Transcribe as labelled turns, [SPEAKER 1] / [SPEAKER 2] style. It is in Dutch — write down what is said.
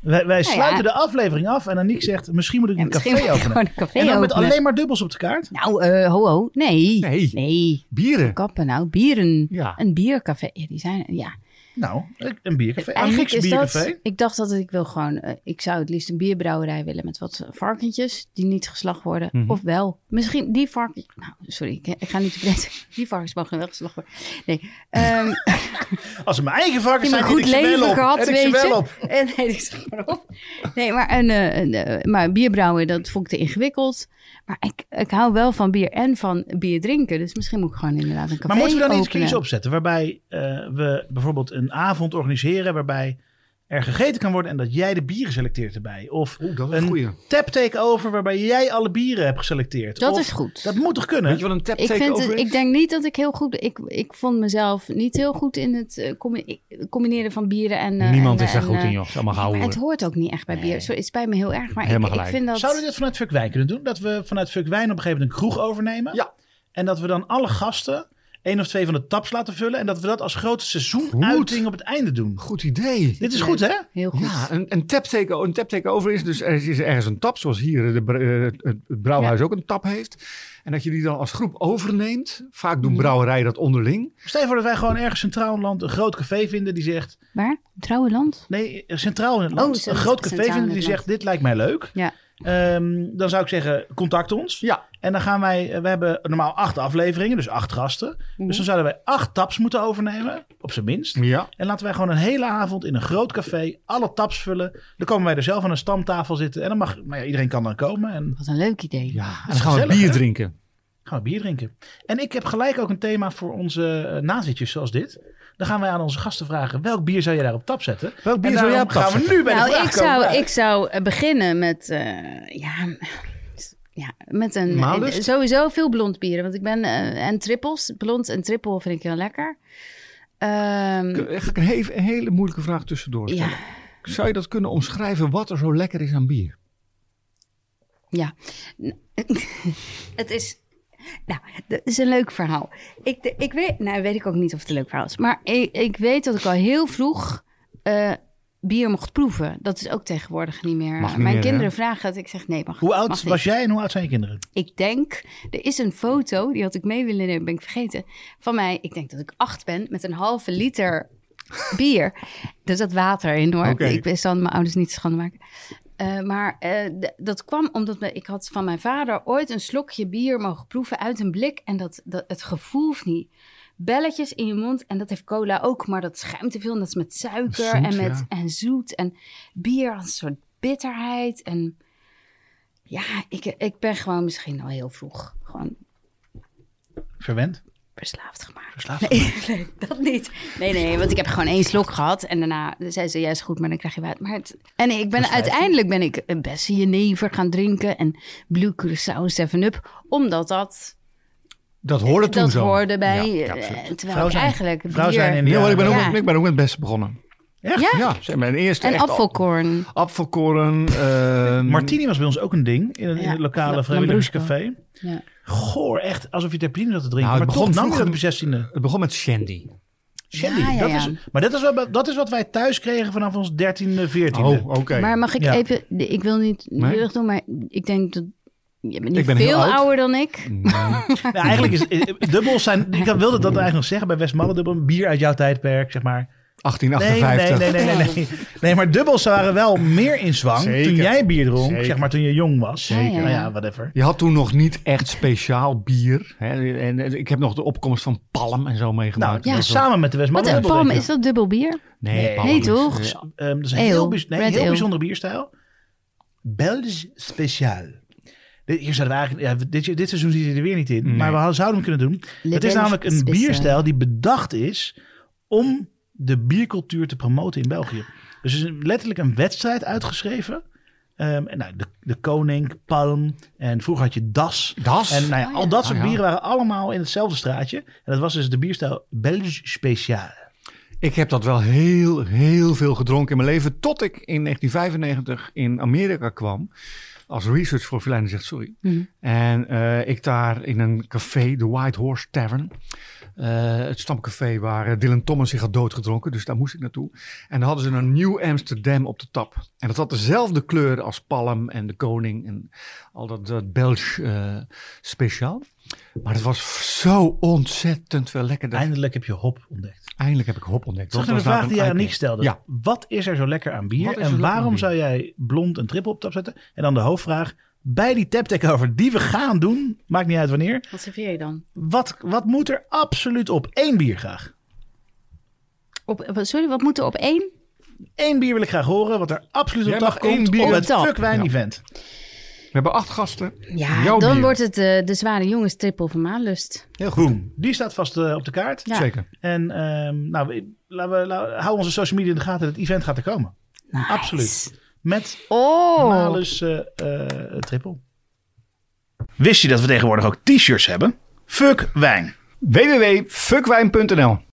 [SPEAKER 1] Wij, wij
[SPEAKER 2] Nou ja.
[SPEAKER 1] sluiten de aflevering af en Aniek zegt, misschien moet ik
[SPEAKER 2] Ja,
[SPEAKER 1] een
[SPEAKER 2] misschien
[SPEAKER 1] café
[SPEAKER 2] moet ik
[SPEAKER 1] openen.
[SPEAKER 2] gewoon een café
[SPEAKER 1] en dan met
[SPEAKER 2] openen.
[SPEAKER 1] alleen maar dubbels op de kaart.
[SPEAKER 2] Nou, eh ho, ho. Nee.
[SPEAKER 3] Nee. Bieren.
[SPEAKER 2] Kappen nou. Bieren.
[SPEAKER 3] Ja.
[SPEAKER 2] Een biercafé. Ja, die zijn... Ja.
[SPEAKER 1] Nou, een biercafé.
[SPEAKER 2] Eigenlijk
[SPEAKER 1] Aniek's
[SPEAKER 2] is
[SPEAKER 1] biercafé.
[SPEAKER 2] dat... Ik dacht dat ik wil gewoon... eh, ik zou het liefst een bierbrouwerij willen met wat eh, varkentjes die niet geslacht worden.
[SPEAKER 3] Mhm.
[SPEAKER 2] Of wel. Misschien die varken... Nou, sorry. Ik, ik ga niet te breed. Die varkens mogen wel geslacht worden. Nee. Ehm
[SPEAKER 1] Als het mijn eigen varkens
[SPEAKER 2] Ik heb
[SPEAKER 1] zijn,
[SPEAKER 2] een
[SPEAKER 1] eet ik
[SPEAKER 2] goed
[SPEAKER 1] ze
[SPEAKER 2] leven
[SPEAKER 1] wel op.
[SPEAKER 2] gehad,
[SPEAKER 1] Eet ik
[SPEAKER 2] weet
[SPEAKER 1] ze wel
[SPEAKER 2] je.
[SPEAKER 1] op.
[SPEAKER 2] En, nee, ik zeg maar op. Nee, maar, een, eh, een, eh, maar een bierbrouwen, dat vond ik te ingewikkeld. Maar ik, ik hou wel van bier en van bier drinken. Dus misschien moet ik gewoon inderdaad een café
[SPEAKER 1] Maar moeten we dan niet eens
[SPEAKER 2] openen.
[SPEAKER 1] iets opzetten waarbij eh, we bijvoorbeeld een avond organiseren waarbij er gegeten kan worden en dat jij de bieren selecteert erbij? Of
[SPEAKER 3] Oeh, dat is een
[SPEAKER 1] een
[SPEAKER 3] goeie.
[SPEAKER 1] tap takeover waarbij jij alle bieren hebt geselecteerd?
[SPEAKER 2] Dat
[SPEAKER 1] Of-
[SPEAKER 2] is goed.
[SPEAKER 1] Dat moet toch kunnen?
[SPEAKER 3] Weet je wat een tap
[SPEAKER 2] ik, vind
[SPEAKER 3] takeover
[SPEAKER 2] het,
[SPEAKER 3] is?
[SPEAKER 2] ik denk niet dat ik heel goed... Ik, ik vond mezelf niet heel goed in het eh, combi- ik- combineren van bieren en... eh,
[SPEAKER 3] Niemand
[SPEAKER 2] en,
[SPEAKER 3] is daar
[SPEAKER 2] en,
[SPEAKER 3] goed
[SPEAKER 2] eh,
[SPEAKER 3] in, joh. Het is allemaal
[SPEAKER 2] Maar
[SPEAKER 3] gehouden.
[SPEAKER 2] het hoort ook niet echt bij bier. Sorry, het spijt me heel erg, maar ik,
[SPEAKER 3] Helemaal
[SPEAKER 2] ik
[SPEAKER 3] gelijk.
[SPEAKER 2] vind dat...
[SPEAKER 1] Zouden we dit vanuit Fukwijn kunnen doen? Dat we vanuit Fukwijn op een gegeven moment een kroeg overnemen.
[SPEAKER 3] Ja.
[SPEAKER 1] En dat we dan alle gasten één of twee van de taps laten vullen. En dat we dat als grote seizoenuiting op het einde doen.
[SPEAKER 3] Goed idee.
[SPEAKER 1] Dit is goed, hè?
[SPEAKER 2] Heel goed.
[SPEAKER 3] Ja, een, een, tap take, een tap takeover is dus er is ergens een tap, zoals hier de, br- eh, het- het brouwhuis ook een tap heeft. En dat je die dan als groep overneemt. Vaak
[SPEAKER 2] Mhm.
[SPEAKER 3] doen brouwerijen dat onderling.
[SPEAKER 1] Stel je voor dat wij gewoon ergens centraal in het land een groot café vinden die zegt...
[SPEAKER 2] Maar, trouwe land?
[SPEAKER 1] Nee, centraal in het
[SPEAKER 2] Oh,
[SPEAKER 1] land.
[SPEAKER 2] centraal-
[SPEAKER 1] een groot café
[SPEAKER 2] centraal in
[SPEAKER 1] vinden die
[SPEAKER 2] het
[SPEAKER 1] zegt, dit lijkt mij leuk.
[SPEAKER 2] Ja.
[SPEAKER 1] Ehm, dan zou ik zeggen, contact ons.
[SPEAKER 3] Ja,
[SPEAKER 1] En dan gaan wij... eh, We hebben normaal acht afleveringen, dus acht gasten.
[SPEAKER 2] Mhm.
[SPEAKER 1] Dus dan zouden wij acht taps moeten overnemen, op zijn minst.
[SPEAKER 3] ja.
[SPEAKER 1] En laten wij gewoon een hele avond in een groot café alle taps vullen. Dan komen wij er zelf aan een stamtafel zitten. En dan mag nou ja, iedereen kan dan komen en
[SPEAKER 2] Wat een leuk idee.
[SPEAKER 3] ja. En dan
[SPEAKER 1] is
[SPEAKER 3] gaan we
[SPEAKER 1] gezellig,
[SPEAKER 3] bier
[SPEAKER 1] hè?
[SPEAKER 3] drinken.
[SPEAKER 1] gaan we bier drinken. En ik heb gelijk ook een thema voor onze eh, nazitjes zoals dit. Dan gaan wij aan onze gasten vragen: welk bier zou je daar op tap zetten?
[SPEAKER 3] Welk bier
[SPEAKER 1] en
[SPEAKER 3] zou jij
[SPEAKER 1] daarom
[SPEAKER 3] op tap
[SPEAKER 1] gaan we
[SPEAKER 3] zetten?
[SPEAKER 1] nu bij de
[SPEAKER 2] nou,
[SPEAKER 1] vraag
[SPEAKER 2] ik
[SPEAKER 1] komen.
[SPEAKER 2] zou,
[SPEAKER 1] Ja.
[SPEAKER 2] ik zou eh, beginnen met, eh, ja, ja, met een
[SPEAKER 3] Malust?
[SPEAKER 2] eh, sowieso veel blond bieren. Want ik ben eh, en trippels, blond en trippel vind ik heel lekker. Ehm,
[SPEAKER 3] Ga ik een, hef- een hele moeilijke vraag tussendoor
[SPEAKER 2] ja,
[SPEAKER 3] stellen. Zou je dat kunnen omschrijven wat er zo lekker is aan bier?
[SPEAKER 2] ja. het is. Nou, dat is een leuk verhaal. Ik, de- ik weet, nou, weet ik ook niet of het een leuk verhaal is. Maar ik, ik weet dat ik al heel vroeg eh, bier mocht proeven. Dat is ook tegenwoordig niet meer.
[SPEAKER 3] Mag niet
[SPEAKER 2] Mijn
[SPEAKER 3] meer, hè?
[SPEAKER 2] kinderen vragen het. Ik zeg nee, mag
[SPEAKER 1] Hoe oud
[SPEAKER 2] mag niet.
[SPEAKER 1] was jij en hoe oud zijn je kinderen?
[SPEAKER 2] Ik denk, er is een foto, die had ik mee willen nemen, ben ik vergeten. Van mij, ik denk dat ik acht ben, met een halve liter bier. Er zat water in hoor.
[SPEAKER 3] Oké.
[SPEAKER 2] Ik wist dan mijn ouders niet te schande maken. Eh, maar eh, d- dat kwam omdat me- ik had van mijn vader ooit een slokje bier mogen proeven uit een blik. En dat, dat, het gevoel van die belletjes in je mond. En dat heeft cola ook, maar dat schuimt te veel. En dat is met suiker
[SPEAKER 3] Zoet,
[SPEAKER 2] en, met,
[SPEAKER 3] ja.
[SPEAKER 2] en zoet. En bier als een soort bitterheid. En ja, ik, ik ben gewoon misschien al heel vroeg gewoon
[SPEAKER 1] Verwend.
[SPEAKER 2] verslaafd gemaakt.
[SPEAKER 1] Verslaafd.
[SPEAKER 2] Nee, nee, dat niet. Nee, nee, want ik heb gewoon één slok gehad. En daarna zei ze, juist goed, maar dan krijg je water. Maar het... En nee, ik ben, uiteindelijk ben ik een bessie jenever gaan drinken. En Blue Curaçao 7-Up. Omdat dat,
[SPEAKER 3] Dat hoorde toen
[SPEAKER 2] dat
[SPEAKER 3] zo.
[SPEAKER 2] hoorde bij...
[SPEAKER 3] Ja, ja,
[SPEAKER 2] eh,
[SPEAKER 3] absoluut.
[SPEAKER 2] terwijl
[SPEAKER 1] Vrouw
[SPEAKER 2] ik
[SPEAKER 1] zijn-
[SPEAKER 2] eigenlijk bier...
[SPEAKER 1] vrouw zijn in de-
[SPEAKER 3] Ja, hoor, ik, ben ook,
[SPEAKER 2] Ja.
[SPEAKER 3] met- ik ben ook met het beste begonnen.
[SPEAKER 1] Echt?
[SPEAKER 2] Ja,
[SPEAKER 3] Ja, zeg, mijn eerste
[SPEAKER 2] en
[SPEAKER 3] echt
[SPEAKER 2] appelkorn.
[SPEAKER 3] ap- Apfelkoren. ehm,
[SPEAKER 1] Martini was bij ons ook een ding in, het- in het
[SPEAKER 2] Ja,
[SPEAKER 1] lokale
[SPEAKER 2] La-
[SPEAKER 1] vrijwilligerscafé.
[SPEAKER 2] Ja.
[SPEAKER 1] Goor, echt alsof je terpine zat te drinken.
[SPEAKER 3] Nou, het
[SPEAKER 1] maar toch
[SPEAKER 3] begon
[SPEAKER 1] nam je dat op
[SPEAKER 3] vroeger-
[SPEAKER 1] je 16e.
[SPEAKER 3] Het begon met shandy.
[SPEAKER 1] Shandy,
[SPEAKER 2] Ja, ja,
[SPEAKER 1] dat
[SPEAKER 2] ja.
[SPEAKER 1] Is, maar dat is, wat, dat is wat wij thuis kregen vanaf ons 13e, 14e.
[SPEAKER 3] Oh, oké.
[SPEAKER 2] Maar mag ik
[SPEAKER 1] Ja.
[SPEAKER 2] even... de- Ik wil niet
[SPEAKER 3] Nee?
[SPEAKER 2] nee? doen, maar ik denk dat... Je bent niet
[SPEAKER 3] Ik ben heel
[SPEAKER 2] veel
[SPEAKER 3] oud.
[SPEAKER 2] ouder dan ik.
[SPEAKER 1] Nou, eigenlijk is eh, dubbels zijn. Ik wilde dat eigenlijk nog zeggen bij Westmalle dubbel een bier uit jouw tijdperk, zeg maar. Nee, nee,
[SPEAKER 3] 1858.
[SPEAKER 1] nee, nee, nee, nee. Nee, maar dubbels waren wel meer in zwang
[SPEAKER 3] Zeker.
[SPEAKER 1] toen jij bier dronk,
[SPEAKER 3] Zeker.
[SPEAKER 1] zeg maar toen je jong was.
[SPEAKER 2] Zeker.
[SPEAKER 1] Nou ja, whatever.
[SPEAKER 3] Je had toen nog niet echt speciaal bier. Hè? En eh, ik heb nog de opkomst van palm en zo
[SPEAKER 1] Nou,
[SPEAKER 3] meegemaakt.
[SPEAKER 2] ja.
[SPEAKER 3] Dat was wel-
[SPEAKER 1] samen met de
[SPEAKER 2] Wat
[SPEAKER 1] Westmalle
[SPEAKER 2] een
[SPEAKER 1] dubbel.
[SPEAKER 2] palm,
[SPEAKER 1] denk
[SPEAKER 2] is
[SPEAKER 1] ik.
[SPEAKER 2] dat dubbel bier?
[SPEAKER 3] Nee,
[SPEAKER 1] Nee.
[SPEAKER 3] palm
[SPEAKER 2] Nee,
[SPEAKER 3] niet.
[SPEAKER 2] toch?
[SPEAKER 3] Eh,
[SPEAKER 1] Ehm, dat is een
[SPEAKER 2] Ale,
[SPEAKER 1] heel, bijz- nee,
[SPEAKER 2] red
[SPEAKER 1] heel
[SPEAKER 2] ale.
[SPEAKER 1] bijzondere bierstijl. Belgisch speciaal. Dit- Hier zouden we eigenlijk, ja, dit, dit seizoen zit hij er weer niet in,
[SPEAKER 3] Nee.
[SPEAKER 1] maar we hadden- zouden hem kunnen doen.
[SPEAKER 2] Le
[SPEAKER 1] het is
[SPEAKER 2] Belge
[SPEAKER 1] namelijk een
[SPEAKER 2] speciaal.
[SPEAKER 1] bierstijl die bedacht is om de biercultuur te promoten in België. Dus er is een- letterlijk een wedstrijd uitgeschreven. Ehm, en nou, de, de Koning, Palm en vroeger had je Das.
[SPEAKER 3] Das?
[SPEAKER 1] En nou ja,
[SPEAKER 2] Oh ja.
[SPEAKER 1] al dat soort
[SPEAKER 3] Oh ja.
[SPEAKER 1] bieren waren allemaal in hetzelfde straatje. En dat was dus de bierstijl Belgisch speciaal.
[SPEAKER 3] Ik heb dat wel heel, heel veel gedronken in mijn leven. Tot ik in 1995 in Amerika kwam. Als research voor Verlijnen zegt sorry.
[SPEAKER 2] Mhm.
[SPEAKER 3] En eh, ik daar in een café, de White Horse Tavern. eh, het stamcafé waar eh, Dylan Thomas zich had doodgedronken. Dus daar moest ik naartoe. En dan hadden ze een New Amsterdam op de tap. En dat had dezelfde kleur als Palm en de Koning. En al dat, dat Belgisch eh, speciaal. Maar het was zo ontzettend veel lekkerder.
[SPEAKER 1] Eindelijk heb je hop ontdekt.
[SPEAKER 3] Eindelijk heb ik hop ontdekt.
[SPEAKER 1] Terug
[SPEAKER 3] Dat
[SPEAKER 1] naar de
[SPEAKER 3] was
[SPEAKER 1] vraag die jij
[SPEAKER 3] namelijk
[SPEAKER 1] aan
[SPEAKER 3] een
[SPEAKER 1] Nick stelde.
[SPEAKER 3] Ja.
[SPEAKER 1] Wat is er zo lekker aan bier?
[SPEAKER 3] Wat is er
[SPEAKER 1] en
[SPEAKER 3] lekker aan
[SPEAKER 1] waarom
[SPEAKER 3] bier?
[SPEAKER 1] zou jij blond een triple op tap zetten? En dan de hoofdvraag. Bij die tap takeover die we gaan doen, maakt niet uit wanneer.
[SPEAKER 2] Wat serveer je dan?
[SPEAKER 1] Wat, wat moet er absoluut op? Eén bier graag.
[SPEAKER 2] Op, sorry, wat moet er op één?
[SPEAKER 1] Eén bier wil ik graag horen, wat er absoluut op
[SPEAKER 3] Jij
[SPEAKER 1] dag
[SPEAKER 3] mag één
[SPEAKER 1] komt
[SPEAKER 3] bier
[SPEAKER 1] op
[SPEAKER 2] op
[SPEAKER 1] het
[SPEAKER 2] tap.
[SPEAKER 1] Fuck Wijn
[SPEAKER 3] Ja.
[SPEAKER 1] Event.
[SPEAKER 3] We hebben acht gasten.
[SPEAKER 2] Ja,
[SPEAKER 3] Jouw
[SPEAKER 2] dan
[SPEAKER 3] bier.
[SPEAKER 2] wordt het eh, de zware jongens triple van Maalust.
[SPEAKER 3] Heel goed.
[SPEAKER 1] Boom. Die staat vast eh, op de kaart.
[SPEAKER 2] Ja.
[SPEAKER 3] Zeker.
[SPEAKER 1] En ehm, nou, we, laten we, laten we- hou onze social media in de gaten. Het event gaat er komen.
[SPEAKER 2] Nice.
[SPEAKER 1] Absoluut. Met
[SPEAKER 2] Oh.
[SPEAKER 1] Malus eh eh, triple. Wist je dat we tegenwoordig ook t-shirts hebben? Fuck wijn.
[SPEAKER 3] www.fuckwijn.nl